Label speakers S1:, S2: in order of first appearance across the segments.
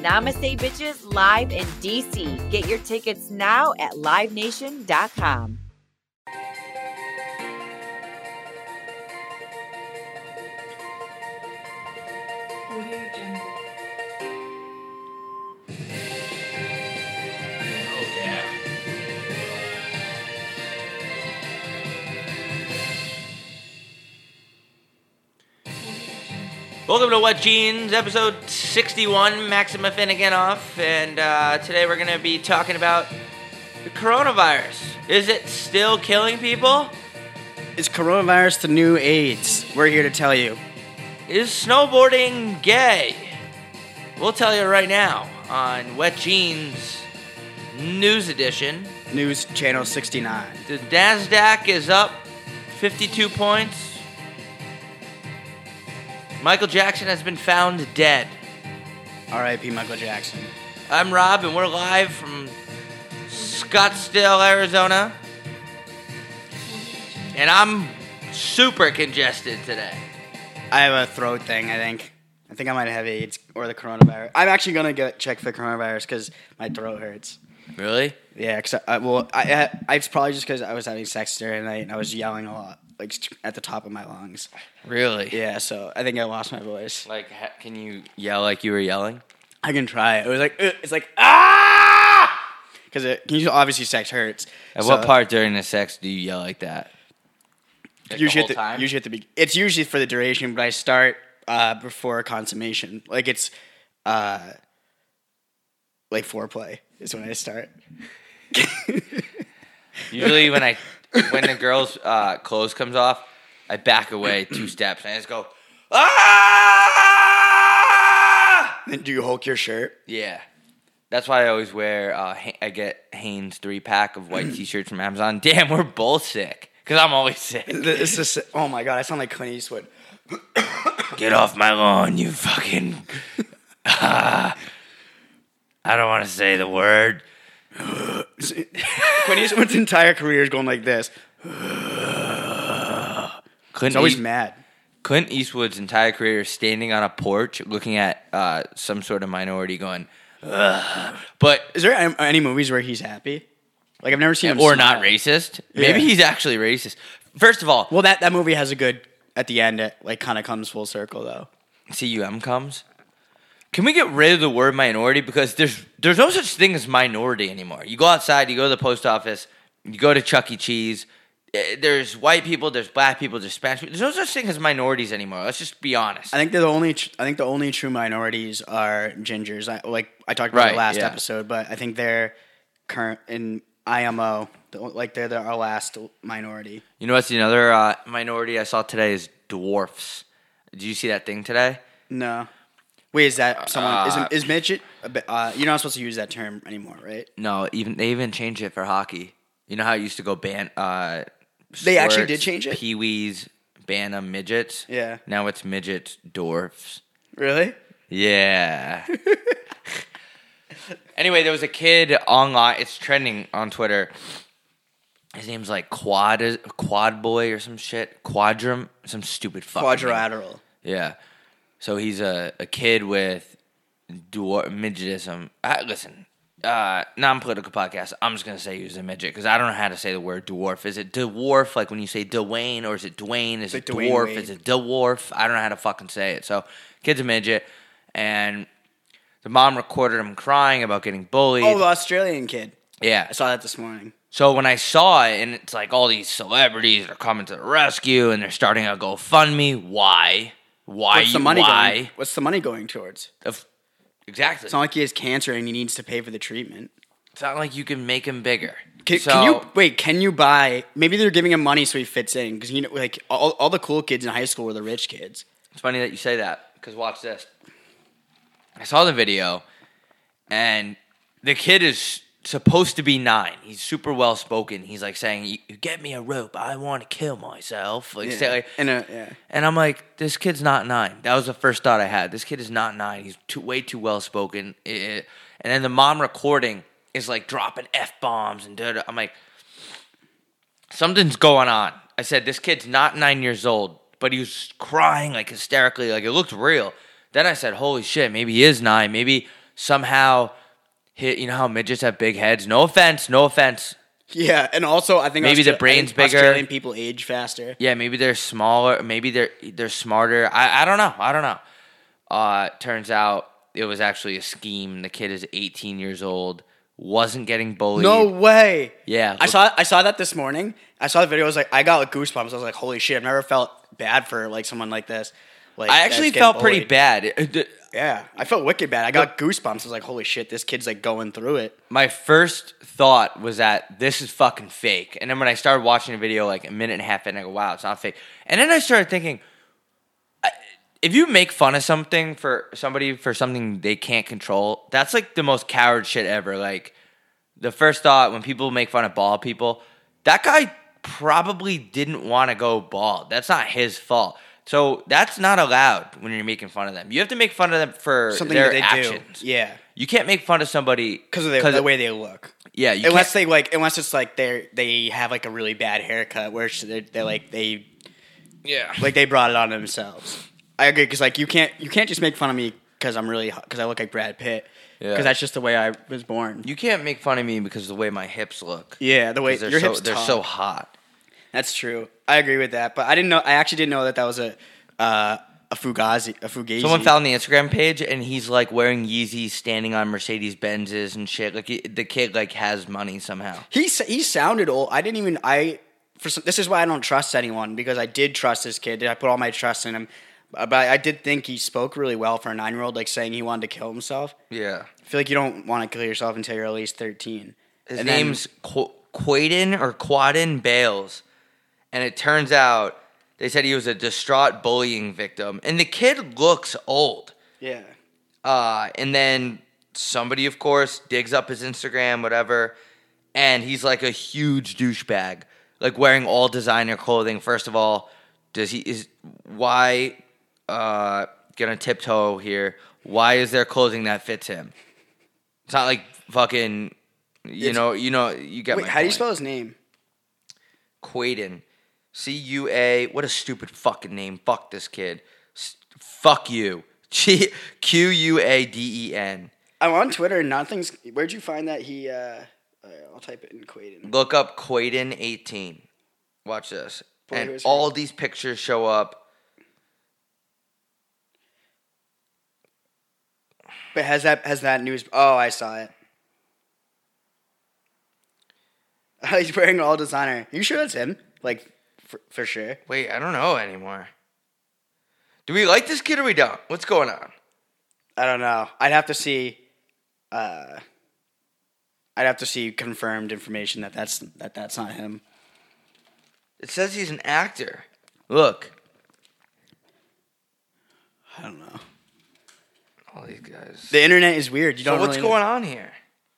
S1: Namaste Bitches Live in DC. Get your tickets now at livenation.com.
S2: Welcome to What Jeans, episode 61, Maxima Finnegan off, and uh, today we're going to be talking about the coronavirus. Is it still killing people?
S3: Is coronavirus the new AIDS? We're here to tell you.
S2: Is snowboarding gay? We'll tell you right now on Wet Jeans News Edition.
S3: News Channel 69.
S2: The NASDAQ is up 52 points. Michael Jackson has been found dead.
S3: R.I.P. Michael Jackson.
S2: I'm Rob, and we're live from Scottsdale, Arizona. And I'm super congested today.
S3: I have a throat thing, I think. I think I might have AIDS or the coronavirus. I'm actually going to get checked for coronavirus because my throat hurts.
S2: Really?
S3: Yeah, cause I, well, I, I, it's probably just because I was having sex during the night and I was yelling a lot, like at the top of my lungs.
S2: Really?
S3: Yeah, so I think I lost my voice.
S2: Like, ha- can you yell like you were yelling?
S3: I can try. It was like "Ugh," it's like ah, because it you obviously sex hurts.
S2: At
S3: So,
S2: what part during the sex do you yell like that? Like
S3: usually
S2: the
S3: at
S2: whole time?
S3: Usually at the be- it's usually for the duration, but I start uh, before consummation. Like it's uh, like foreplay is when I start.
S2: Usually when I when the girl's uh, clothes comes off, I back away two steps and I just go ah.
S3: Then do you hulk your shirt?
S2: Yeah, that's why I always wear. Uh, Ha- I get Hanes three pack of white t-shirts from Amazon. Damn, we're both sick because I'm always sick.
S3: This is oh my god! I sound like Clint Eastwood.
S2: Get off my lawn, you fucking. I don't want to say the word.
S3: Clint Eastwood's entire career is going like this.
S2: Clint,
S3: He's always
S2: East-
S3: mad.
S2: Clint Eastwood's entire career is standing on a porch looking at uh, some sort of minority going, Ugh. but
S3: Is there an- any movies where he's happy? Like I've never seen him
S2: or
S3: smile.
S2: not racist. Maybe
S3: Yeah.
S2: he's actually racist. First of all,
S3: Well, that that movie has a good at the end. It like kind of comes full circle though.
S2: CUM comes. Can we get rid of the word minority because there's there's no such thing as minority anymore. You go outside, you go to the post office, you go to Chuck E. Cheese. eh, There's white people, there's black people, there's Spanish people. There's no such thing as minorities anymore. Let's just be honest.
S3: I think they're the only. tr- I think the only true minorities are gingers. I, like I talked about it
S2: Right,
S3: last
S2: yeah.
S3: episode, but I think they're current in IMO. the- Like they're, the our last minority.
S2: You know what's another uh, minority I saw today is dwarfs. Did you see that thing today?
S3: No, wait, is that someone?
S2: Uh,
S3: is, is midget? a bit- Uh, you're not supposed to use that term anymore, right?
S2: No, even they even changed it for hockey. You know how it used to go ban. Uh,
S3: They actually did change it?
S2: Pee wees, bantam, midgets.
S3: Yeah.
S2: Now it's midgets, dwarfs.
S3: Really?
S2: Yeah. anyway, there was a kid online. It's trending on Twitter. His name's like Quad Quad Boy or some shit. Quadrum, some stupid fucking name.
S3: Quadrilateral.
S2: Yeah. So he's a, a kid with dwar- midgetism. I, listen, uh, non political podcast. I'm just going to say he was a midget because I don't know how to say the word dwarf. Is it dwarf like when you say Dwayne or is it Dwayne? Is
S3: like
S2: it
S3: Dwayne
S2: dwarf?
S3: Wade.
S2: Is it dwarf? I don't know how to fucking say it. So, kid's a midget and the mom recorded him crying about getting bullied.
S3: Oh, the Australian kid.
S2: yeah.
S3: I saw that this morning.
S2: So when I saw it, and it's like all these celebrities are coming to the rescue and they're starting a GoFundMe. Why? Why?
S3: What's the money
S2: why?
S3: going? What's the money going towards?
S2: Of, exactly.
S3: It's
S2: It's
S3: not
S2: not,
S3: like he has cancer and he needs to pay for the treatment.
S2: like you can make him bigger.
S3: Can,
S2: so,
S3: can you wait? Can you buy? Maybe they're giving him money so he fits in because you know, like all, all the cool kids in high school were the rich kids.
S2: It's funny that you say that because watch this. I saw the video, and the kid is supposed to be nine. He's super well spoken. He's like saying, "You- you "Get me a rope. I want to kill myself." Like, say, like-
S3: And uh, yeah.
S2: and I'm like, "This kid's not nine. That was the first thought I had. This kid is not nine. He's too way too well spoken. And then the mom recording is like dropping f bombs and da-da. I'm like, something's going on. I said, this kid's not nine years old, but he was crying like hysterically, like it looked real. Then I said, holy shit, maybe he is nine. Maybe somehow, hit, you know how midgets have big heads? No offense, no offense.
S3: Yeah, and also I think
S2: Maybe the
S3: Austra- I
S2: brain's
S3: think
S2: bigger.
S3: Australian people age faster.
S2: Yeah, maybe they're smaller. Maybe they're they're smarter. I, I don't know. I don't know. Uh, turns out it was actually a scheme. The kid is 18 years old, wasn't getting bullied.
S3: No way.
S2: Yeah.
S3: I saw I saw that this morning. I saw the video. I was like, I got like goosebumps. I was like, holy shit! I've never felt bad for like someone like this. Like
S2: I actually
S3: that's getting
S2: felt pretty
S3: bullied.
S2: bad. It- it-
S3: Yeah, I felt wicked bad. I got goosebumps. I was like, holy shit! This kid's like going through it.
S2: my first thought was that this is fucking fake. And then when I started watching the video like a minute and a half in, I go, wow, it's not fake. And then I started thinking, I- if you make fun of something for somebody for something they can't control, that's like the most coward shit ever. Like the first thought when people make fun of bald people, that guy probably didn't want to go bald. That's not his fault. So that's not allowed when you're making fun of them. You have to make fun of them for
S3: Something
S2: their
S3: that they
S2: actions.
S3: do. Yeah,
S2: You can't make fun of somebody
S3: because of the, the way they look.
S2: yeah, you
S3: unless
S2: can't-
S3: they like, unless it's like they they have like a really bad haircut, where it's- they're, they're like they
S2: yeah.
S3: like they brought it on themselves. I agree because like you can't you can't just make fun of me because I'm really because I look like Brad Pitt
S2: Yeah.
S3: because that's just the way I was born.
S2: You can't make fun of me because of the way my hips look.
S3: yeah, the way
S2: 'Cause they're
S3: your
S2: so
S3: hips
S2: they're
S3: taut.
S2: so hot.
S3: That's true. I agree with that, but I didn't know. I actually didn't know that that was a uh, a fugazi a fugazi.
S2: Someone found the Instagram page and he's like wearing Yeezys, standing on Mercedes Benzes and shit. Like he- the kid like has money somehow.
S3: He s- he sounded old. I didn't even I for some, this is why I don't trust anyone because I did trust this kid. I put all my trust in him, Uh, but I did think he spoke really well for a nine year old, like saying he wanted to kill himself.
S2: Yeah,
S3: I feel like you don't want to kill yourself until you're at least thirteen.
S2: his
S3: And then-
S2: name's Qu- Quaden or Quaden Bales, and it turns out they said he was a distraught bullying victim, and the kid looks old.
S3: yeah.
S2: Uh, and then somebody, of course, digs up his Instagram, whatever, and he's like a huge douchebag, like wearing all designer clothing. First of all, does he is why uh gonna tiptoe here? Why is there clothing that fits him? It's not like fucking, you
S3: It's-
S2: know, you know, you get
S3: Wait,
S2: my
S3: how do you
S2: point.
S3: spell his name?
S2: Quaden. C U A. What a stupid fucking name. Fuck this kid. S- fuck you. G- Q U A D E N.
S3: I'm on Twitter and nothing's. Where'd you find that he? uh alright, I'll type it in Quaden.
S2: Look up Quaden 18. Watch this.
S3: Boy,
S2: and
S3: who's he?
S2: all these pictures show up.
S3: But has that has that news? Oh, I saw it. He's wearing all designer. You sure that's him? Like, for, for sure.
S2: Wait, I don't know anymore. Do we like this kid or we don't? What's going on?
S3: I don't know. I'd have to see. Uh, I'd have to see confirmed information that that's that that's not him.
S2: It says he's an actor. Look.
S3: I don't know.
S2: All these guys.
S3: The internet is weird. You
S2: so
S3: don't.
S2: what's
S3: really-
S2: going on here?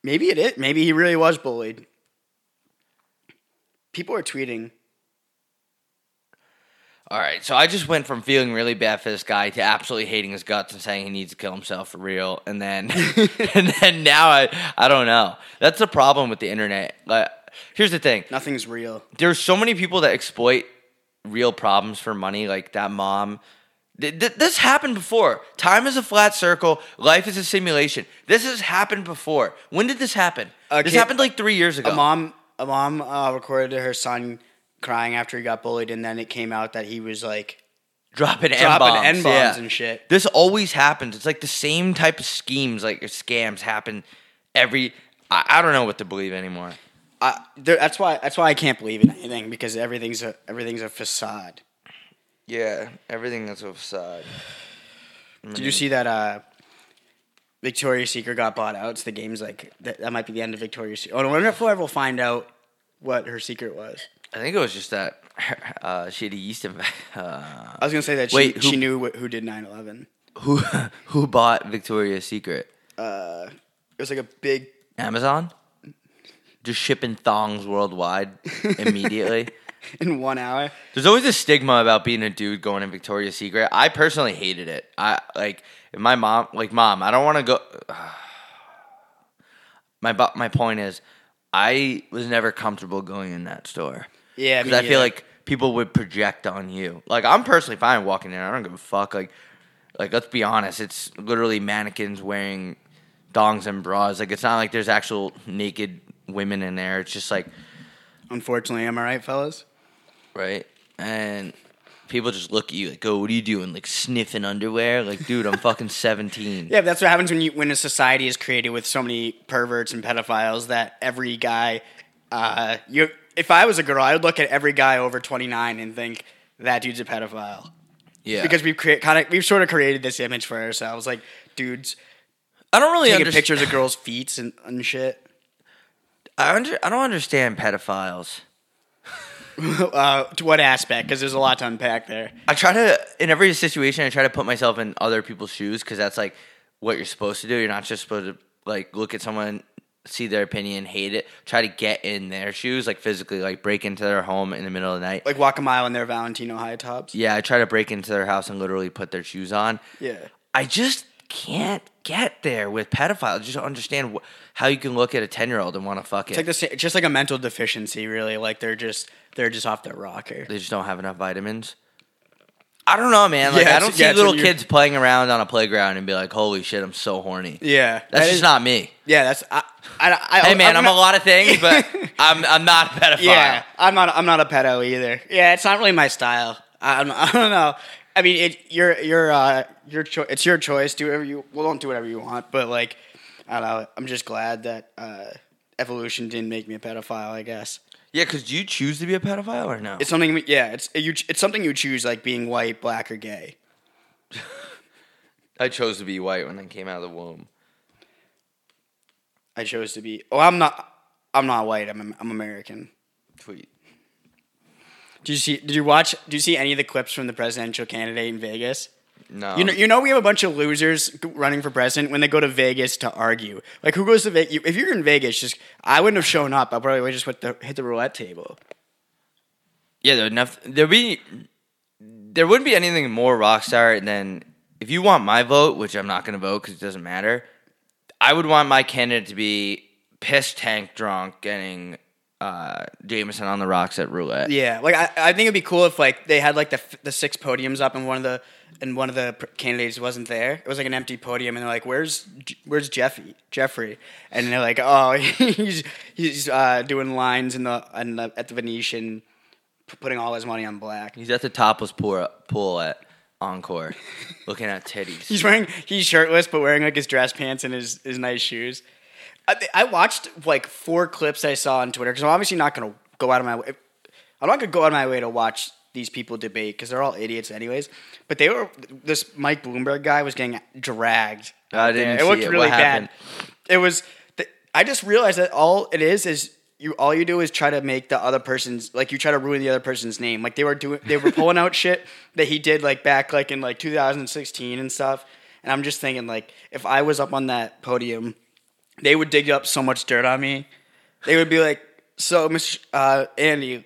S3: Maybe it is. Maybe he really was bullied. People are tweeting.
S2: All right, so I just went from feeling really bad for this guy to absolutely hating his guts and saying he needs to kill himself for real, and then and then now I I don't know. That's the problem with the internet. Like, here's the thing:
S3: Nothing's real.
S2: there's so many people that exploit real problems for money, like that mom. Th- th- this happened before. Time is a flat circle. Life is a simulation. This has happened before. When did this happen?
S3: A
S2: this
S3: kid-
S2: happened like three years ago.
S3: A mom, a mom uh, recorded her son crying after he got bullied, and then it came out that he was like
S2: dropping n bombs,
S3: dropping n bombs and shit.
S2: This always happens. It's like the same type of schemes, like or scams, happen every. I, I don't know what to believe anymore.
S3: I, there, that's why that's why I can't believe in anything because everything's a everything's a facade.
S2: Yeah, everything that's offside.
S3: Did you see that? Uh, Victoria's Secret got bought out. It's the game's like that, that might be the end of Victoria's Secret. Oh, no, I wonder if we'll ever find out what her secret was.
S2: I think it was just that uh, she had a yeast infection. Uh,
S3: I was gonna say that she,
S2: Wait, who-
S3: she knew wh- who did 9-11.
S2: who who bought Victoria's Secret?
S3: Uh, It was like a big.
S2: Amazon just shipping thongs worldwide immediately.
S3: In one hour,
S2: There's always a stigma about being a dude going in Victoria's Secret. I personally hated it. I like if my mom, like mom, I don't want to go. My bu- my point is, I was never comfortable going in that store.
S3: Yeah, me
S2: because I
S3: neither.
S2: feel like people would project on you. Like I'm personally fine walking in. I don't give a fuck. Like, like let's be honest, it's literally mannequins wearing dongs and bras. Like it's not like there's actual naked women in there. It's just like
S3: unfortunately, am I right, fellas?
S2: right? And people just look at you like, "Oh, what are you doing? Like sniffing underwear? Like, dude, I'm fucking 17."
S3: Yeah, but that's what happens when you when a society is created with so many perverts and pedophiles that every guy, uh, you. If I was a girl, I would look at every guy over twenty nine and think that dude's a pedophile
S2: yeah.
S3: because we've create kind of we've sort of created this image for ourselves, like dudes
S2: I don't really
S3: taking
S2: understand.
S3: pictures of girls' feet and, and shit.
S2: I, under- I don't understand pedophiles.
S3: Uh, to what aspect? Because there's a lot to unpack there.
S2: I try to in every situation I try to put myself in other people's shoes because that's like what you're supposed to do. You're not just supposed to like look at someone, see their opinion, hate it, try to get in their shoes, like physically, like break into their home in the middle of the night.
S3: Like walk a mile in their Valentino high tops.
S2: yeah, I try to break into their house and literally put their shoes on.
S3: Yeah.
S2: I just can't get there with pedophiles. Just don't understand wh- how you can look at a ten year old and want to fuck it.
S3: It's like the sa- just like a mental deficiency, really. Like they're just they're just off their rocker.
S2: they just don't have enough vitamins. I don't know, man. Like
S3: Yeah,
S2: I
S3: it's-
S2: don't see
S3: yeah, it's
S2: little
S3: when you're-
S2: kids playing around on a playground and be like, "Holy shit, I'm so horny."
S3: Yeah,
S2: that's
S3: that
S2: just
S3: is-
S2: not me.
S3: Yeah, that's I. I, I
S2: Hey, man, I'm,
S3: gonna-
S2: a lot of things, but I'm I'm not a pedophile.
S3: Yeah, I'm not. I'm not a pedo either. Yeah, it's not really my style. I, I'm, I don't know. I mean, it your your uh your cho- it's your choice. Do whatever you well, don't do whatever you want. But like, I don't know. I'm just glad that uh, evolution didn't make me a pedophile. I guess
S2: yeah. Because do you choose to be a pedophile or no?
S3: it's something. Yeah, it's you. It's something you choose, like being white, black, or gay.
S2: I chose to be white when I came out of the womb.
S3: I chose to be. Oh, I'm not. I'm not white. I'm I'm American.
S2: Tweet.
S3: Did you see? Did you watch? Did you see any of the clips from the presidential candidate in Vegas?
S2: No.
S3: You know, you know, we have a bunch of losers g- running for president when they go to Vegas to argue. Like, who goes to Vegas? If you're in Vegas, just I wouldn't have shown up. I probably would just hit the, hit the roulette table.
S2: Yeah, there would noth- there'd be there wouldn't be anything more rock star than if you want my vote, which I'm not going to vote because it doesn't matter. I would want my candidate to be piss tank drunk, getting uh, Jameson on the rocks at roulette.
S3: Yeah, like I, I think it'd be cool if like they had like the f- the six podiums up and one of the and one of the pr- candidates wasn't there. It was like an empty podium, and they're like, "Where's J- Where's Jeffy Jeffrey?" And they're like, "Oh, he's he's uh, doing lines in the, in the at the Venetian, p- putting all his money on black."
S2: He's at the topless pool, pool at Encore, looking at titties.
S3: He's wearing he's shirtless but wearing like his dress pants and his his nice shoes. I, thi- I watched like four clips I saw on Twitter because I'm obviously not gonna go out of my way. I'm not gonna go out of my way to watch these people debate because they're all idiots anyways. But they were this Mike Bloomberg guy was getting dragged.
S2: I
S3: out there.
S2: didn't
S3: It
S2: see
S3: looked
S2: it. What
S3: really
S2: happened?
S3: bad. It was. Th- I just realized that all it is is. You, all you do is try to make the other person's like you try to ruin the other person's name. Like they were doing, they were pulling out shit that he did like back like in like 2016 and stuff. And I'm just thinking like if I was up on that podium, they would dig up so much dirt on me. They would be like, "So, Mr. Uh, Andy,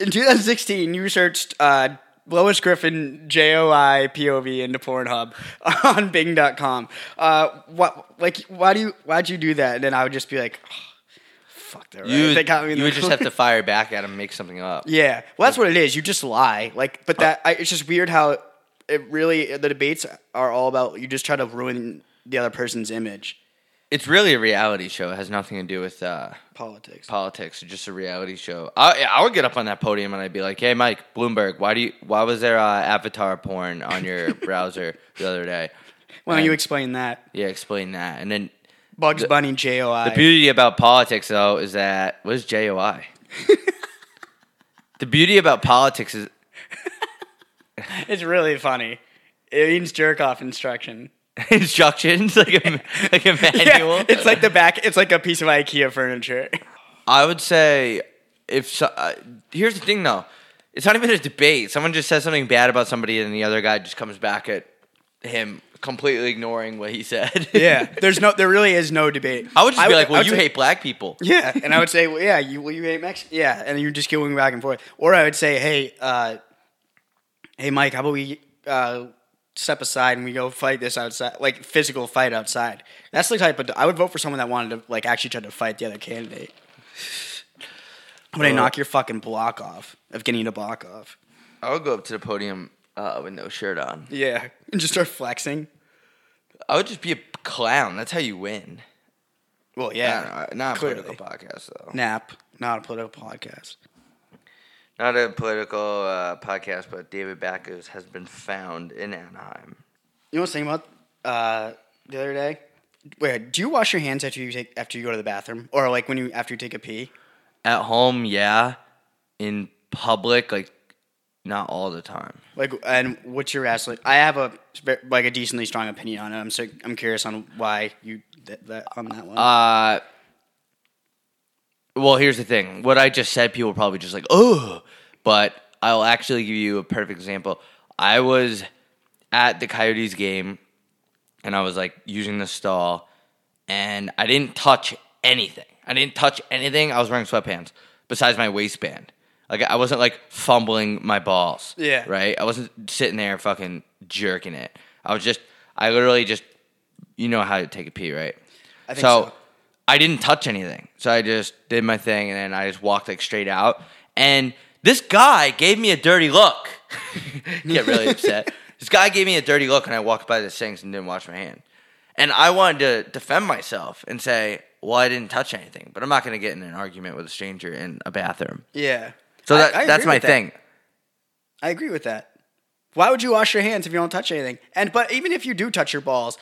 S3: in 2016, you searched uh, Lois Griffin JOI POV into Pornhub on Bing.com. Uh, what, like, why do you, why'd you do that? And then I would just be like, "Oh, fuck, they're right.
S2: You,
S3: they got me. in
S2: you
S3: the
S2: would just
S3: corner."
S2: have to fire back at him, make something up.
S3: Yeah, well, that's what it is. You just lie. Like, but that I, it's just weird how it really the debates are all about. You just try to ruin the other person's image.
S2: It's really a reality show. It has nothing to do with. Uh,
S3: Politics.
S2: politics, just a reality show. I, I would get up on that podium and I'd be like, "Hey, Mike Bloomberg, why do you? Why was there uh, avatar porn on your browser the other day?"
S3: Why don't you
S2: And-
S3: explain that?
S2: yeah, explain that. And then
S3: Bugs Bunny JOI.
S2: the beauty about politics, though, is that what is JOI? the beauty about politics is
S3: It's really funny. It means jerk off instruction.
S2: instructions, like a like a manual.
S3: Yeah, it's like the back. It's like a piece of IKEA furniture.
S2: I would say if so, uh, here's the thing though, it's not even a debate. Someone just says something bad about somebody, and the other guy just comes back at him completely ignoring what he said.
S3: Yeah, there's no, there really is no debate.
S2: I would just be like,
S3: I
S2: well,
S3: would
S2: you
S3: say-
S2: hate black people.
S3: Yeah, and I would say, well, yeah, you, well, you hate Mexico. Yeah, and you're just going back and forth. Or I would say, hey, uh, hey, Mike, how about we uh, step aside and we go fight this outside, like physical fight outside. That's the type of. I would vote for someone that wanted to like actually try to fight the other candidate. I'm gonna knock your fucking block off of getting the block off.
S2: I would go up to the podium uh, with no shirt on.
S3: Yeah, and just start flexing.
S2: I would just be a clown. That's how you win.
S3: Well,
S2: Yeah,
S3: yeah,
S2: not a
S3: clearly.
S2: political podcast though.
S3: Nap, not a political podcast.
S2: Not a political uh, podcast, but David Backus has been found in Anaheim.
S3: You know what I was thinking about uh, the other day? Wait, do you wash your hands after you take after you go to the bathroom, or like when you after you take a pee?
S2: At home, yeah. In public, like not all the time.
S3: Like, and what's your ass like? I have a sp- like a decently strong opinion on it. I'm so I'm curious on why you that, that on that one.
S2: Uh Well, here's the thing. What I just said, people are probably just like, "Oh," but I'll actually give you a perfect example. I was at the Coyotes game, and I was like using the stall, and I didn't touch anything. I didn't touch anything. I was wearing sweatpants besides my waistband. Like I wasn't like fumbling my balls.
S3: Yeah.
S2: Right. I wasn't sitting there fucking jerking it. I was just. I literally just. You know how to take a pee, right?
S3: I think so.
S2: I didn't touch anything. So I just did my thing and then I just walked like straight out. And this guy gave me a dirty look. Get really upset. This guy gave me a dirty look and I walked by the sinks and didn't wash my hand. And I wanted to defend myself and say, well, I didn't touch anything, but I'm not going to get in an argument with a stranger in a bathroom.
S3: yeah.
S2: So
S3: I-
S2: that,
S3: I agree
S2: that's my
S3: with that.
S2: thing.
S3: I agree with that. Why would you wash your hands if you don't touch anything? And but even if you do touch your balls,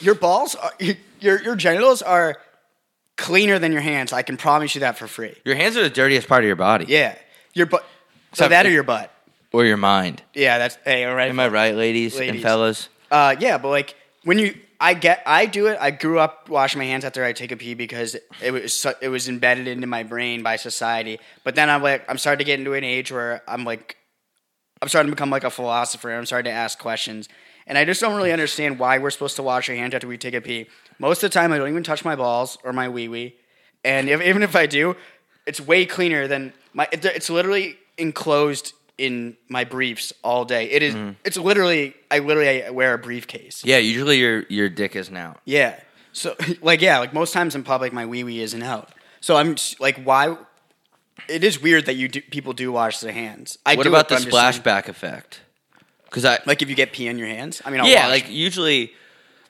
S3: your balls are, your your genitals are cleaner than your hands. I can promise you that for free.
S2: Your hands are the dirtiest part of your body
S3: Yeah, your butt. So
S2: Except-
S3: that or your butt.
S2: or your mind.
S3: Yeah, that's hey, all right.
S2: Am I right, ladies, and
S3: Ladies.
S2: fellas?
S3: Uh, yeah, but like when you, I get, I do it. I grew up washing my hands after I take a pee because it was so, it was embedded into my brain by society. But then I'm like, I'm starting to get into an age where I'm like, I'm starting to become like a philosopher. and I'm starting to ask questions, and I just don't really understand why we're supposed to wash our hands after we take a pee. Most of the time, I don't even touch my balls or my wee wee, and if, even if I do, it's way cleaner than my. it- It's literally enclosed in my briefs all day. It is.
S2: Mm.
S3: It's literally. I literally I wear a briefcase.
S2: Yeah, usually your, your dick isn't out.
S3: Yeah. So like yeah, like most times in public, my wee wee isn't out. So I'm just, like, why? It is weird that you do, people do wash their hands. I
S2: what
S3: do
S2: about
S3: it,
S2: the
S3: but I'm just saying-
S2: splashback effect? Because I
S3: Like if you get pee on your hands. I mean, I'll
S2: yeah,
S3: wash.
S2: like usually,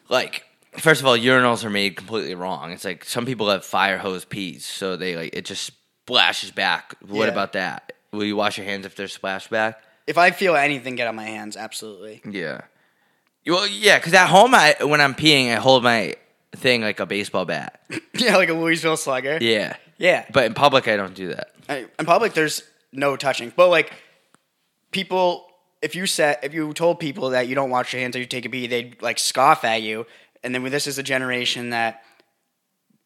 S2: like first of all, urinals are made completely wrong. It's like some people have fire hose pees, so they like it just splashes back. What
S3: Yeah.
S2: about that? Will you wash your hands if there's splashback?
S3: if I feel anything get on my hands, absolutely.
S2: Yeah. Well, yeah, because at home, I when I'm peeing, I hold my thing like a baseball bat.
S3: yeah, like a Louisville Slugger.
S2: Yeah.
S3: Yeah.
S2: But in public, I don't do that.
S3: I- in public there's no touching but like people if you said if you told people that you don't wash your hands or you take a pee they'd like scoff at you and then this is a generation that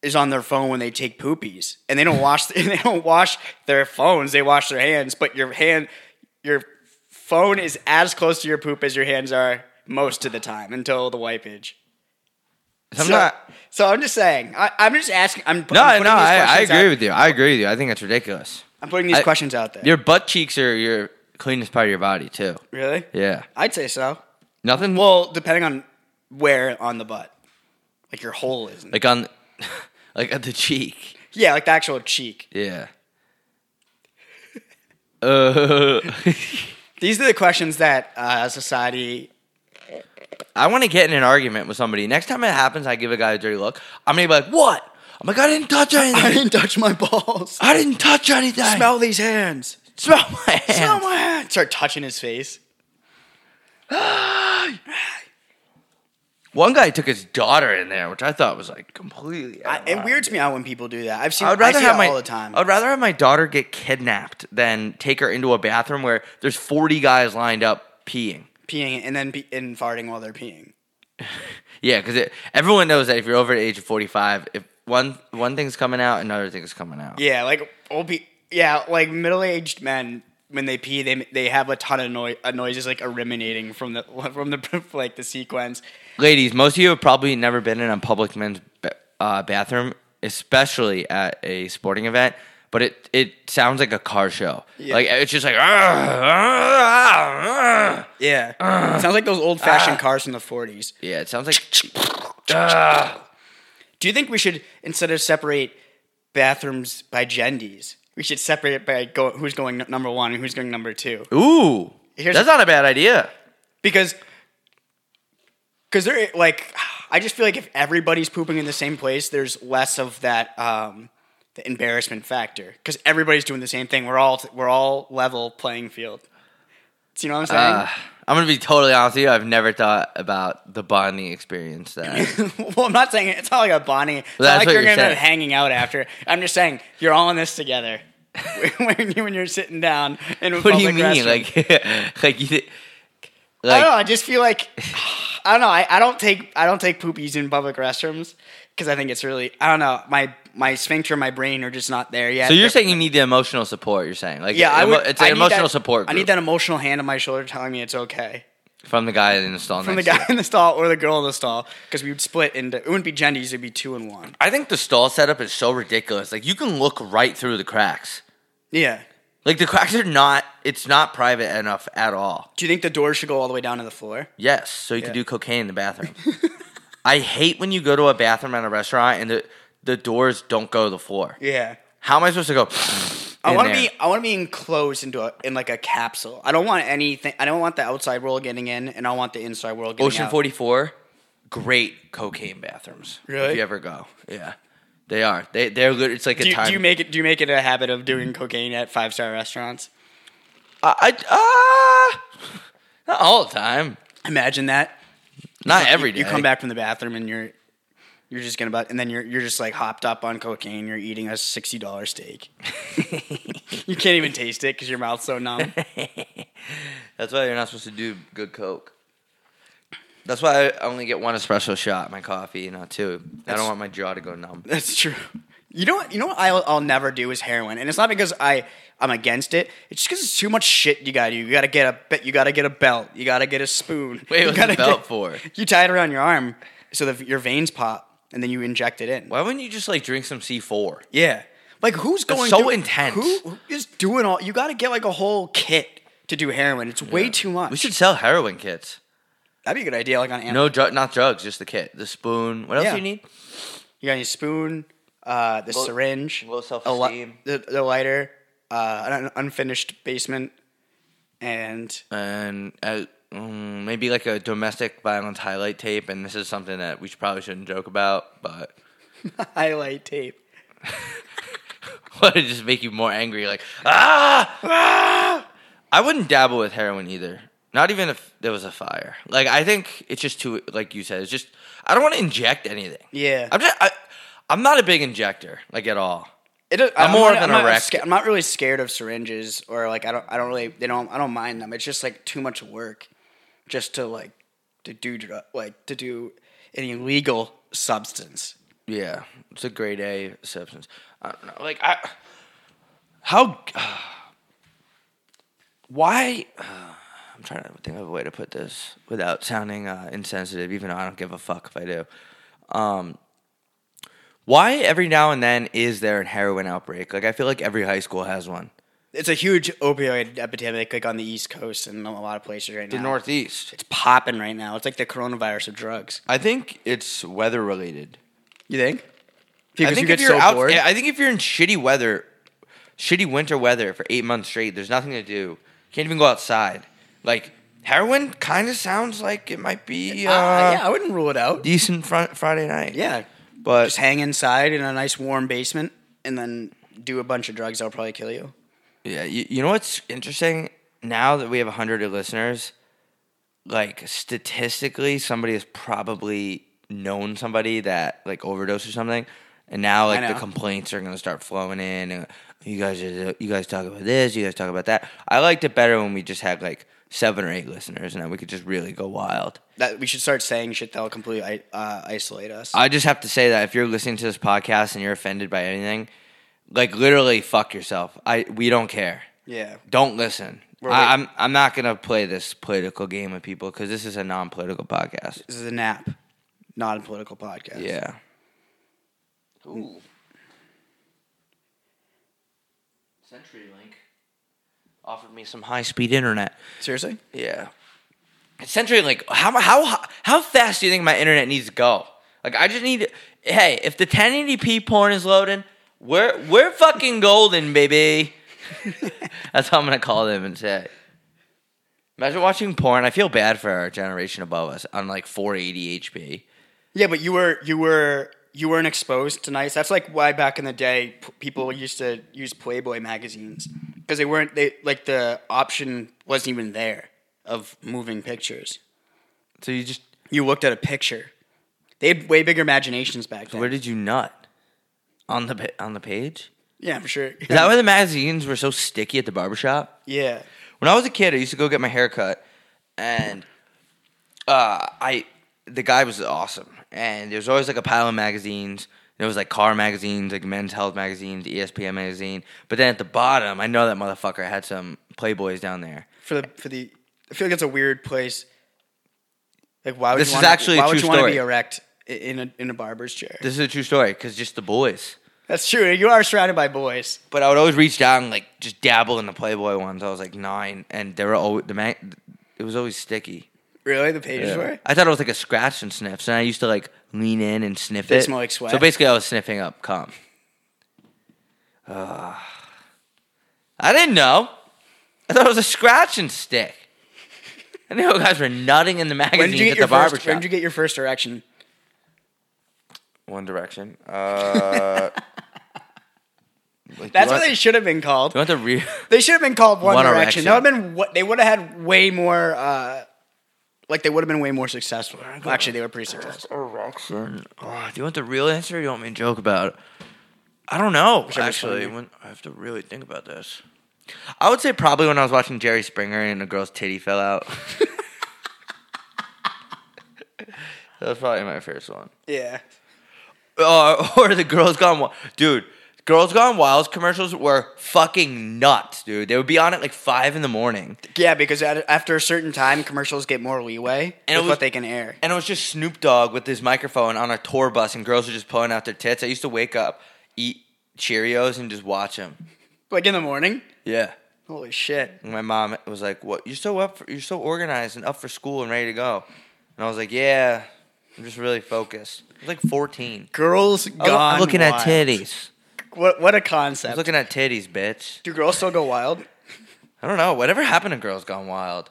S3: is on their phone when they take poopies and they don't wash and they don't wash their phones they wash their hands but your hand your phone is as close to your poop as your hands are most of the time until the wipeage
S2: I'm
S3: so,
S2: not.
S3: so i'm just saying I, i'm just asking i'm
S2: No,
S3: I'm putting
S2: no,
S3: these
S2: I, I
S3: questions
S2: agree
S3: out-
S2: with you. I agree with you. I think it's ridiculous.
S3: i'm putting these
S2: I-
S3: questions out there
S2: Your butt cheeks are your cleanest part of your body too.
S3: really
S2: Yeah.
S3: i'd say so
S2: Nothing.
S3: Well, depending on where on the butt, like your hole is.
S2: like on like at the cheek.
S3: yeah, like the actual cheek.
S2: Yeah. Uh,
S3: These are the questions that uh, society.
S2: I want to get in an argument with somebody. Next time it happens, I give a guy a dirty look. I'm gonna be like, "What? I'm like, I didn't touch
S3: I
S2: anything.
S3: didn't touch my balls.
S2: I didn't touch anything.
S3: Smell these hands.
S2: smell my hands.
S3: Smell my hands. Start touching his face.
S2: One guy took his daughter in there, which I thought was like completely.
S3: I,
S2: out of
S3: it
S2: line.
S3: weirds me out when people do that. I've seen.
S2: I would rather
S3: I see
S2: have
S3: it
S2: my
S3: all the time.
S2: I would rather have my daughter get kidnapped than take her into a bathroom where there's 40 guys lined up peeing.
S3: peeing and then pe- and farting while they're peeing.
S2: Yeah, because everyone knows that if you're over the age of 45, if one one thing's coming out, another thing's coming out.
S3: Yeah, like old pe- Yeah, like middle-aged men when they pee, they they have a ton of noi- uh, noises like eliminating from the from the like the sequence.
S2: Ladies, most of you have probably never been in a public men's ba- uh, bathroom, especially at a sporting event. But it it sounds like a car show. Like it's just like. "Ah, "Argh, argh, argh."
S3: Yeah, sounds like those old fashioned cars from the '40s.
S2: Yeah, it sounds like.
S3: Do you think we should instead of separate bathrooms by genders, we should separate it by go, who's going n- number one and who's going number two?
S2: Ooh,
S3: Here's-
S2: that's not a bad idea.
S3: Because because they're like I just feel like if everybody's pooping in the same place, there's less of that um, the embarrassment factor because everybody's doing the same thing. We're all we're all level playing field. Do you know what I'm
S2: Uh, I'm gonna be totally honest with you. I've never thought about the bonding experience that.
S3: saying? well, I'm not saying it- it's not like a Bonnie. It's
S2: Well, that's
S3: not like
S2: what
S3: you're
S2: you're
S3: gonna be
S2: saying.
S3: hanging out after. I'm just saying you're all in this together. when, you, when you're sitting down in a
S2: what do you
S3: public
S2: mean?
S3: restroom.
S2: Like, like you. did-
S3: I don't know.
S2: Like,
S3: I just feel like I don't know. I, I don't take I don't take poopies in public restrooms because I think it's really I don't know. My my sphincter, and my brain are just not there yet.
S2: so you're
S3: They're-
S2: saying you need the emotional support. You're saying like
S3: yeah, I
S2: emo-
S3: would,
S2: it's an
S3: I need
S2: emotional
S3: that-
S2: support.
S3: I
S2: Group
S3: need that emotional hand on my shoulder telling me it's okay
S2: from the guy in the stall.
S3: from the
S2: next to you.
S3: guy in the stall or the girl in the stall because we would split into it wouldn't be genders, it'd be two and one.
S2: I think the stall setup is so ridiculous. Like you can look right through the cracks.
S3: Yeah.
S2: Like the cracks are not. It's not private enough at all.
S3: Do you think the door should go all the way down to the floor?
S2: Yes, so you can
S3: Yeah.
S2: do cocaine in the bathroom. I hate when you go to a bathroom at a restaurant and the the doors don't go to the floor.
S3: Yeah.
S2: How am I supposed to go?
S3: I
S2: in
S3: want to
S2: there?
S3: be I want to be enclosed into a in like a capsule. I don't want anything. I don't want the outside world getting in, and I want the inside world getting
S2: Ocean
S3: out.
S2: Forty Four. Great cocaine bathrooms.
S3: Really?
S2: If you ever go, yeah, they are. They they're. lit- It's like a
S3: do, you-
S2: time.
S3: do you make it? Do you make it a habit of doing cocaine at five star restaurants?
S2: I, I uh, not all the time.
S3: Imagine that.
S2: Not every day.
S3: You come back from the bathroom and you're you're just gonna about, and then you're you're just like hopped up on cocaine. You're eating a sixty dollar steak. you can't even taste it because your mouth's so numb.
S2: That's why you're not supposed to do good coke. That's why I only get one espresso shot in my coffee, you know, too. I don't want my jaw to go numb.
S3: That's true. You know what? You know what? I'll, I'll never do is heroin, and it's not because I I'm against it. It's just because it's too much shit. You got to you got to get a be- you got to get a belt. You got to get a spoon.
S2: Wait,
S3: you
S2: what's the
S3: gotta
S2: belt
S3: get-
S2: for?
S3: You tie it around your arm so that your veins pop, and then you inject it in.
S2: Why wouldn't you just like drink some C4?
S3: Yeah. Like who's going
S2: so
S3: through-
S2: intense.
S3: Who who is doing all you gotta get like a whole kit to do heroin. It's way too much.
S2: We should sell heroin kits.
S3: that'd be a good idea, like on Amazon.
S2: No drug, not drugs, just the kit, the spoon. What else
S3: Yeah.
S2: do you need?
S3: You got your spoon, uh, the syringe,
S2: low
S3: a li-
S2: self-esteem.
S3: the, the lighter, uh, an un- unfinished basement, and
S2: And uh, mm, maybe like a domestic violence highlight tape. And this is something that we should, probably shouldn't joke about, but
S3: highlight tape.
S2: would it just make you more angry? Like ah, ah! I wouldn't dabble with heroin either. Not even if there was a fire. Like I think it's just too. Like you said, it's just I don't want to inject anything.
S3: Yeah.
S2: I'm just I, I'm not a big injector like at all.
S3: It, I'm,
S2: more
S3: not-
S2: of an
S3: I'm
S2: erect-
S3: Not, sca- I'm not really scared of syringes or like I don't I don't really they don't I don't mind them. It's just like too much work, just to like to do dr- like to do an illegal substance.
S2: Yeah, it's a grade A substance. I don't know. Like I, how, why? I'm trying to think of a way to put this without sounding uh, insensitive, even though I don't give a fuck if I do. Um, why every now and then is there an heroin outbreak? Like I feel like every high school has one.
S3: It's a huge opioid epidemic, like on the East Coast and a lot of places right
S2: The
S3: now.
S2: Northeast.
S3: it's popping right now. It's like the coronavirus of drugs.
S2: I think it's weather related.
S3: You think?
S2: I
S3: Because
S2: think
S3: you
S2: if
S3: get
S2: you're
S3: so
S2: out,
S3: bored.
S2: I think if you're in shitty weather, shitty winter weather for eight months straight, there's nothing to do. Can't even go outside. Like heroin, kind of sounds like it might be uh,
S3: Uh, yeah, I wouldn't rule it out.
S2: decent fr- Friday night.
S3: Yeah,
S2: but
S3: just hang inside in a nice warm basement and then do a bunch of drugs. That'll probably kill you.
S2: yeah, you, you know what's interesting? Now that we have hundred listeners, like statistically, somebody has probably known somebody that like overdosed or something, and now like the
S3: know.
S2: complaints are gonna start flowing in. And you guys, are, you guys talk about this, you guys talk about that. I liked it better when we just had like seven or eight listeners, and then we could just really go wild.
S3: That we should start saying shit that'll completely i- uh, isolate us.
S2: I just have to say that if you're listening to this podcast and you're offended by anything, like literally fuck yourself. I we don't care.
S3: Yeah.
S2: Don't listen.
S3: We're wait-
S2: I, I'm I'm not gonna play this political game with people because this is a non-political podcast.
S3: This is a nap, not a political podcast.
S2: Yeah.
S3: Ooh.
S2: CenturyLink offered me some high-speed internet.
S3: Seriously?
S2: Yeah. CenturyLink, how how how fast do you think my internet needs to go? Like I just need. Hey, if the 1080p porn is loading, we're we're fucking golden, baby. That's how I'm gonna call them and say. Imagine watching porn. I feel bad for our generation above us on like 480 HP.
S3: Yeah, but you were you were you weren't exposed to nice. That's like why back in the day p- people used to use Playboy magazines because they weren't they like the option wasn't even there of moving pictures.
S2: So you just
S3: You looked at a picture. They had way bigger imaginations back then.
S2: where did you nut on the pa- on the page?
S3: yeah, I'm sure.
S2: Is that why the magazines were so sticky at the barbershop?
S3: yeah.
S2: When I was a kid, I used to go get my hair cut, and uh, I the guy was awesome. And there was always like a pile of magazines. There was like car magazines, like men's health magazines, E ESPN magazine. But then at the bottom, I know that motherfucker had some Playboys down there.
S3: For the for the I feel like it's a weird place. Like why would
S2: This
S3: you
S2: is
S3: wanna,
S2: actually a
S3: why would
S2: true
S3: you wanna
S2: story.
S3: be erect i- in a in a barber's chair?
S2: This is a true story because just the boys.
S3: That's true. You are surrounded by boys.
S2: But I would always reach down, and, like just dabble in the Playboy ones. I was like nine, and they were always the mag- It was always sticky.
S3: Really? The pages
S2: Yeah.
S3: were?
S2: I thought it was like a scratch and sniffs, and I used to like lean in and sniff
S3: They
S2: it.
S3: smell like sweat.
S2: So basically, I was sniffing up cum. Ugh. I didn't know. I thought it was a scratch and stick. I knew guys were nutting in the
S3: When did you
S2: magazines
S3: get
S2: at the
S3: your
S2: barber
S3: first, when
S2: shop.
S3: did you get your first erection?
S2: One Direction. Uh, like,
S3: That's
S2: you
S3: what
S2: want,
S3: they should have been called.
S2: You want the real?
S3: They should have been called One,
S2: One
S3: Direction.
S2: Erection.
S3: That would have been what they would have had way more. Uh, like they would have been way more successful. Actually, they were pretty successful.
S2: erection. Oh, do you want the real answer? Or do you want me to joke about? it? I don't know.
S3: Whichever's
S2: actually,
S3: funnier.
S2: when, I have to really think about this. I would say probably when I was watching Jerry Springer and a girl's titty fell out. that was probably my first one.
S3: Yeah.
S2: Or, Oh, or the Girls Gone Wild. Dude, Girls Gone Wild's commercials were fucking nuts, dude. They would be on at like 5 in the morning.
S3: Yeah, because at, after a certain time, commercials get more leeway
S2: And it
S3: with
S2: was-
S3: what they can air.
S2: And it was just Snoop Dogg with his microphone on a tour bus, and girls were just pulling out their tits. I used to wake up, eat Cheerios, and just watch him.
S3: Like in the morning.
S2: Yeah.
S3: Holy shit!
S2: And my mom was like, "What? You're so up. For, you're so organized and up for school and ready to go." And I was like, "Yeah, I'm just really focused." I was like 14.
S3: Girls
S2: I was-
S3: gone.
S2: I'm looking
S3: wild.
S2: at titties.
S3: What what a
S2: I was
S3: concept.
S2: looking at titties, bitch.
S3: Do girls still go wild?
S2: I don't know. Whatever happened to Girls Gone Wild?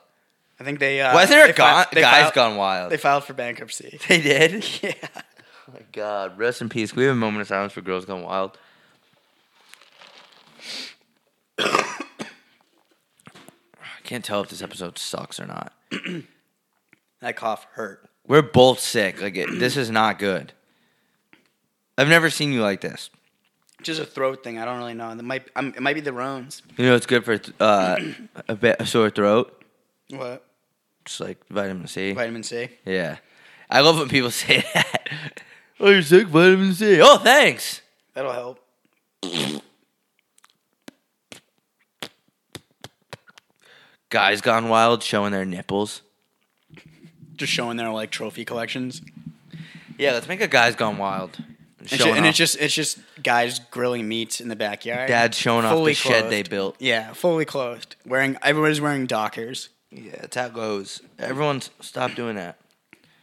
S3: I think they. Uh,
S2: Why is there
S3: they
S2: a
S3: fi-
S2: gone,
S3: they
S2: guys
S3: filed-
S2: gone wild?
S3: They
S2: They,
S3: filed for bankruptcy.
S2: did.
S3: Yeah.
S2: Oh my God, rest in peace. Can we have a moment of silence for Girls Gone Wild? I can't tell if this episode sucks or not.
S3: That cough hurt.
S2: We're both sick. Like it, this is not good. I've never seen you like this.
S3: Just a throat thing. I don't really know. It might. Um, it might be the Rones.
S2: You know it's good for uh, a bit a sore throat.
S3: What?
S2: It's like vitamin C.
S3: Vitamin C.
S2: Yeah, I love when people say that. Oh, you're sick, vitamin C. Oh, thanks.
S3: That'll help.
S2: Guys gone wild showing their nipples.
S3: Just showing their like trophy collections.
S2: Yeah, let's make a guys gone wild.
S3: And,
S2: Showing
S3: ju- and
S2: off.
S3: it's just it's just guys grilling meats in the backyard.
S2: Dad's showing off the
S3: Fully
S2: shed they
S3: clothed.
S2: built.
S3: Yeah, fully clothed. Wearing everybody's wearing Dockers.
S2: Yeah, that's how it goes. Everyone's stop doing that.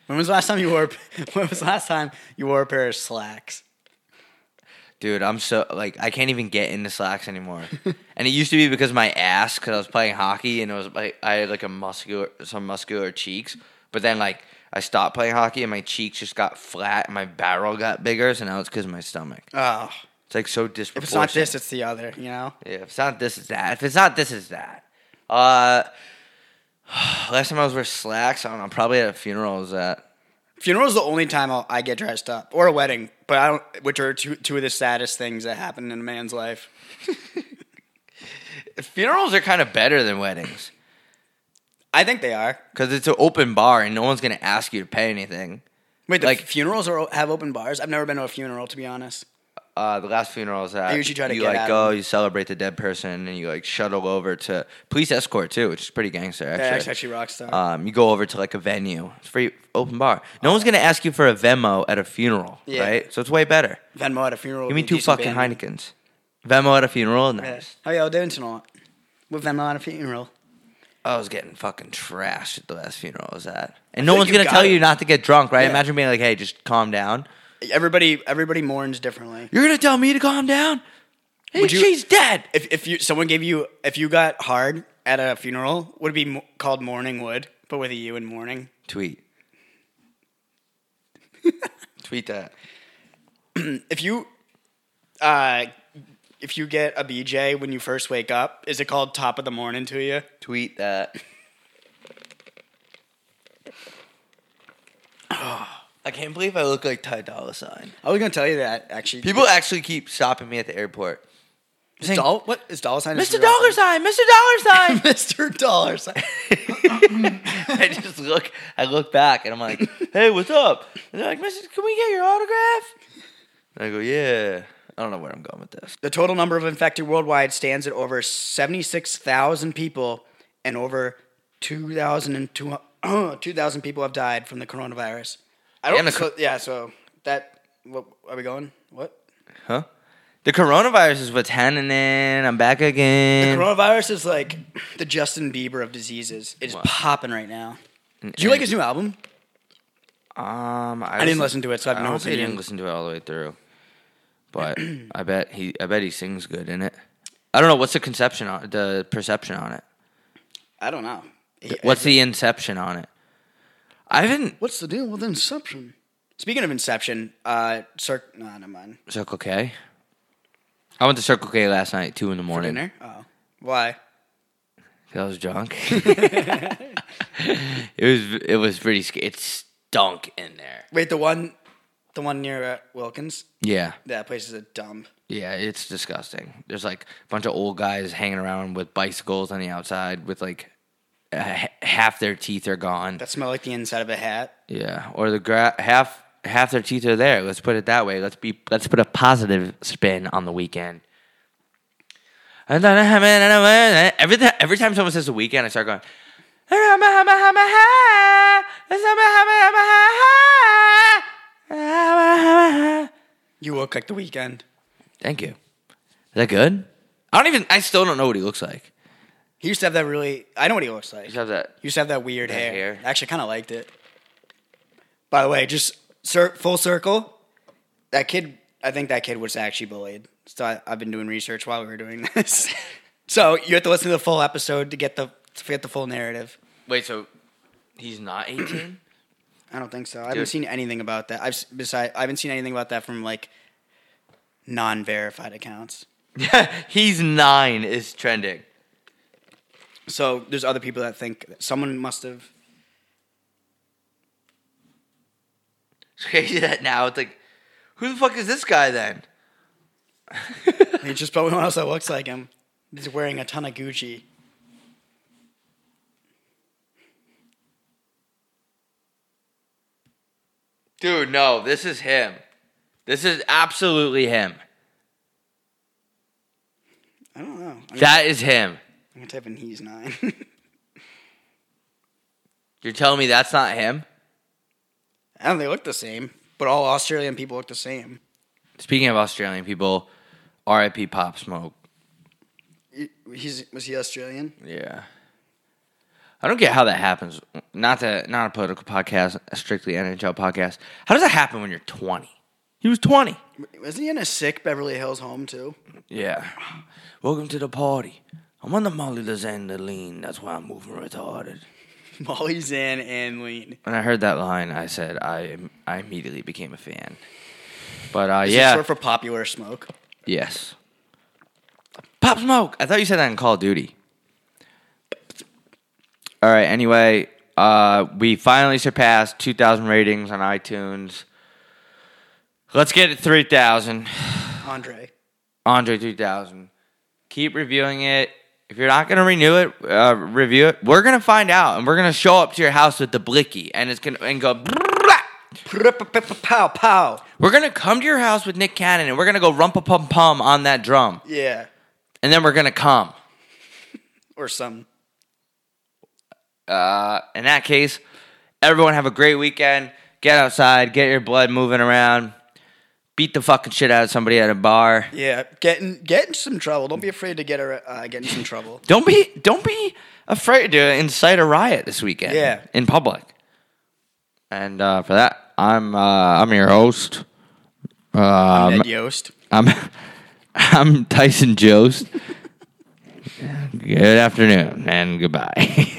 S3: When was the last time you wore? a- When was the last time you wore a pair of slacks?
S2: Dude, I'm so like I can't even get into slacks anymore. and it used to be because of my ass because I was playing hockey and it was like I had like a muscular some muscular cheeks, but then like I stopped playing hockey and my cheeks just got flat and my barrel got bigger, so now it's because of my stomach.
S3: Oh,
S2: It's like so
S3: if
S2: disproportionate.
S3: it's not this, it's the other. You know.
S2: yeah, if it's not this, it's that. If it's not this, it's that. Uh, last time I was wearing slacks, I don't know, probably at a funeral. I was at
S3: Funeral's the only time I'll, I get dressed up, or a wedding, but I don't. Which are two two of the saddest things that happen in a man's life.
S2: funerals are kind of better than weddings
S3: I think they are.
S2: because it's an open bar and no one's gonna ask you to pay anything.
S3: Wait, the
S2: Like-
S3: like funerals are, have open bars. I've never been to a funeral, to be honest.
S2: uh, the last funerals that
S3: I usually try to
S2: you
S3: get
S2: like
S3: at
S2: go,
S3: 'em.
S2: you celebrate the dead person, and you like shuttle over to police escort too, which is pretty gangster actually.
S3: That's actually rock star.
S2: Um, you go over to like a venue, it's free open bar. No one's gonna ask you for a Venmo at a funeral,
S3: Yeah.
S2: right? So it's way better.
S3: Venmo at a funeral.
S2: Give
S3: would
S2: me
S3: be a
S2: two
S3: decent
S2: fucking
S3: band. Oh,
S2: Heinekens. Venmo at a funeral, nice.
S3: Yeah. How y'all doing tonight? With Venmo at a funeral.
S2: I was getting fucking trashed at the last funeral I was at. And no
S3: feel
S2: one's
S3: like you
S2: gonna tell
S3: got
S2: you
S3: it.
S2: not to get drunk, right?
S3: Yeah.
S2: Imagine being like, hey, just calm down.
S3: Everybody, everybody mourns differently.
S2: You're gonna tell me to calm down? Hey,
S3: Would you-
S2: she's dead.
S3: If if you someone gave you if you got hard at a funeral, would it be mo- called mourning wood, but with a U in mourning?
S2: Tweet. Tweet that.
S3: If you, uh, if you get a BJ when you first wake up, is it called top of the morning to you?
S2: Tweet that. I can't believe I look like Ty Dolla Sign.
S3: I was gonna tell you that actually.
S2: People actually keep stopping me at the airport.
S3: Is
S2: saying-
S3: doll, what is dollar sign? his
S2: Mr.
S3: real
S2: Dollar
S3: name?
S2: Sign, Mr. Dollar Sign.
S3: Mr. Dollar sign.
S2: I just look, I look back, and I'm like, "Hey, what's up?" And they're like, "Mrs., can we get your autograph?" And I go, "Yeah." I don't know where I'm going with this.
S3: The total number of infected worldwide stands at over 76,000 people, and over 2,002 2,000 people have died from the coronavirus. I don't
S2: Damn, the
S3: so-
S2: co-
S3: Yeah, so that. What, are we going? What?
S2: Huh? The coronavirus is what's happening. I'm back again.
S3: Coronavirus is like the Justin Bieber of diseases. It is popping right now. Do you like his new album?
S2: um, I,
S3: didn't
S2: listened-
S3: listen to it, so I have no
S2: honestly
S3: opinion.
S2: didn't listen to it all the way through. But I bet he, I bet he sings good in it. I don't know what's the conception on the perception on it.
S3: I don't know.
S2: What's the inception on it? I haven't
S3: What's the deal with Inception? Speaking of Inception, uh, Sir. No, never mind.
S2: Circle K. I went to Circle K last night, two in the morning.
S3: Dinner? Oh. Why?
S2: I was drunk. it was it was pretty. sc- It stunk in there.
S3: Wait, the one. The one near uh, Wilkins?
S2: Yeah,
S3: That place is a dump.
S2: yeah, it's disgusting. There's like a bunch of old guys hanging around with bicycles on the outside, with like a, half their teeth are gone.
S3: That smell like the inside of a hat.
S2: yeah, or the gra- half half their teeth are there. Let's put it that way. Let's be let's put a positive spin on the weekend. I don't know, man, I don't know. Every time, every time someone says the weekend, I start going.
S3: You look like the weekend.
S2: Thank you. Is that good? I don't even. I still don't know what he looks like.
S3: He used to have that really. I know what he looks like.
S2: Just have that.
S3: He used to have that weird
S2: That
S3: hair.
S2: hair.
S3: I actually kind of liked it. By the way, just cir- full circle. That kid, I think that kid was actually bullied. So I, I've been doing research while we were doing this. so you have to listen to the full episode to get the to get the full narrative.
S2: Wait, so he's not eighteen?
S3: I don't think so. I haven't
S2: Dude.
S3: seen anything about that. I've beside I haven't seen anything about that from like non-verified accounts.
S2: he's nine. Is trending.
S3: So there's other people that think that someone must have.
S2: It's crazy that now it's like, who the fuck is this guy then?
S3: He's just probably one else that looks like him. He's wearing a ton of Gucci.
S2: Dude, no, this is him. This is absolutely him.
S3: I don't know. I'm,
S2: That is him.
S3: I'm gonna type in he's nine.
S2: You're telling me that's not him?
S3: I don't. They look the same, but all Australian people look the same.
S2: Speaking of Australian people, RIP Pop Smoke.
S3: He- He's was he Australian?
S2: Yeah. I don't get how that happens. Not that not a political podcast, a strictly NHL podcast. How does that happen when you're 20? He was 20.
S3: Wasn't he in a sick Beverly Hills home too?
S2: Yeah. Welcome to the party. I'm on the Molly Lazanda lean. That's why I'm moving retarded.
S3: Molly's in and lean.
S2: When I heard that line, I said I I immediately became a fan. But uh,
S3: Is it
S2: yeah,
S3: short for popular smoke.
S2: yes. Pop smoke. I thought you said that in Call of Duty. All right. Anyway, uh, we finally surpassed 2,000 ratings on iTunes. Let's get it 3,000.
S3: Andre.
S2: Andre 3000. Keep reviewing it. If you're not going to renew it, uh, review it. We're going to find out and we're going to show up to your house with the blicky and it's going to and go "Brrrah,"
S3: Pow pow.
S2: We're gonna come to your house with Nick Cannon and we're gonna go rumpa pum pum on that drum,
S3: Yeah.
S2: and then we're gonna come.
S3: Or some.
S2: Uh, in that case, everyone have a great weekend. Get outside, get your blood moving around, beat the fucking shit out of somebody at a bar.
S3: Yeah. Get in, get in some trouble. Don't be afraid to get a, uh, get in some trouble.
S2: Don't be don't be afraid to incite a riot this weekend.
S3: Yeah.
S2: in public. And uh, for that, I'm uh, I'm your host. Um,
S3: Ned Yost.
S2: I'm I'm Tyson Jost. Good afternoon and goodbye.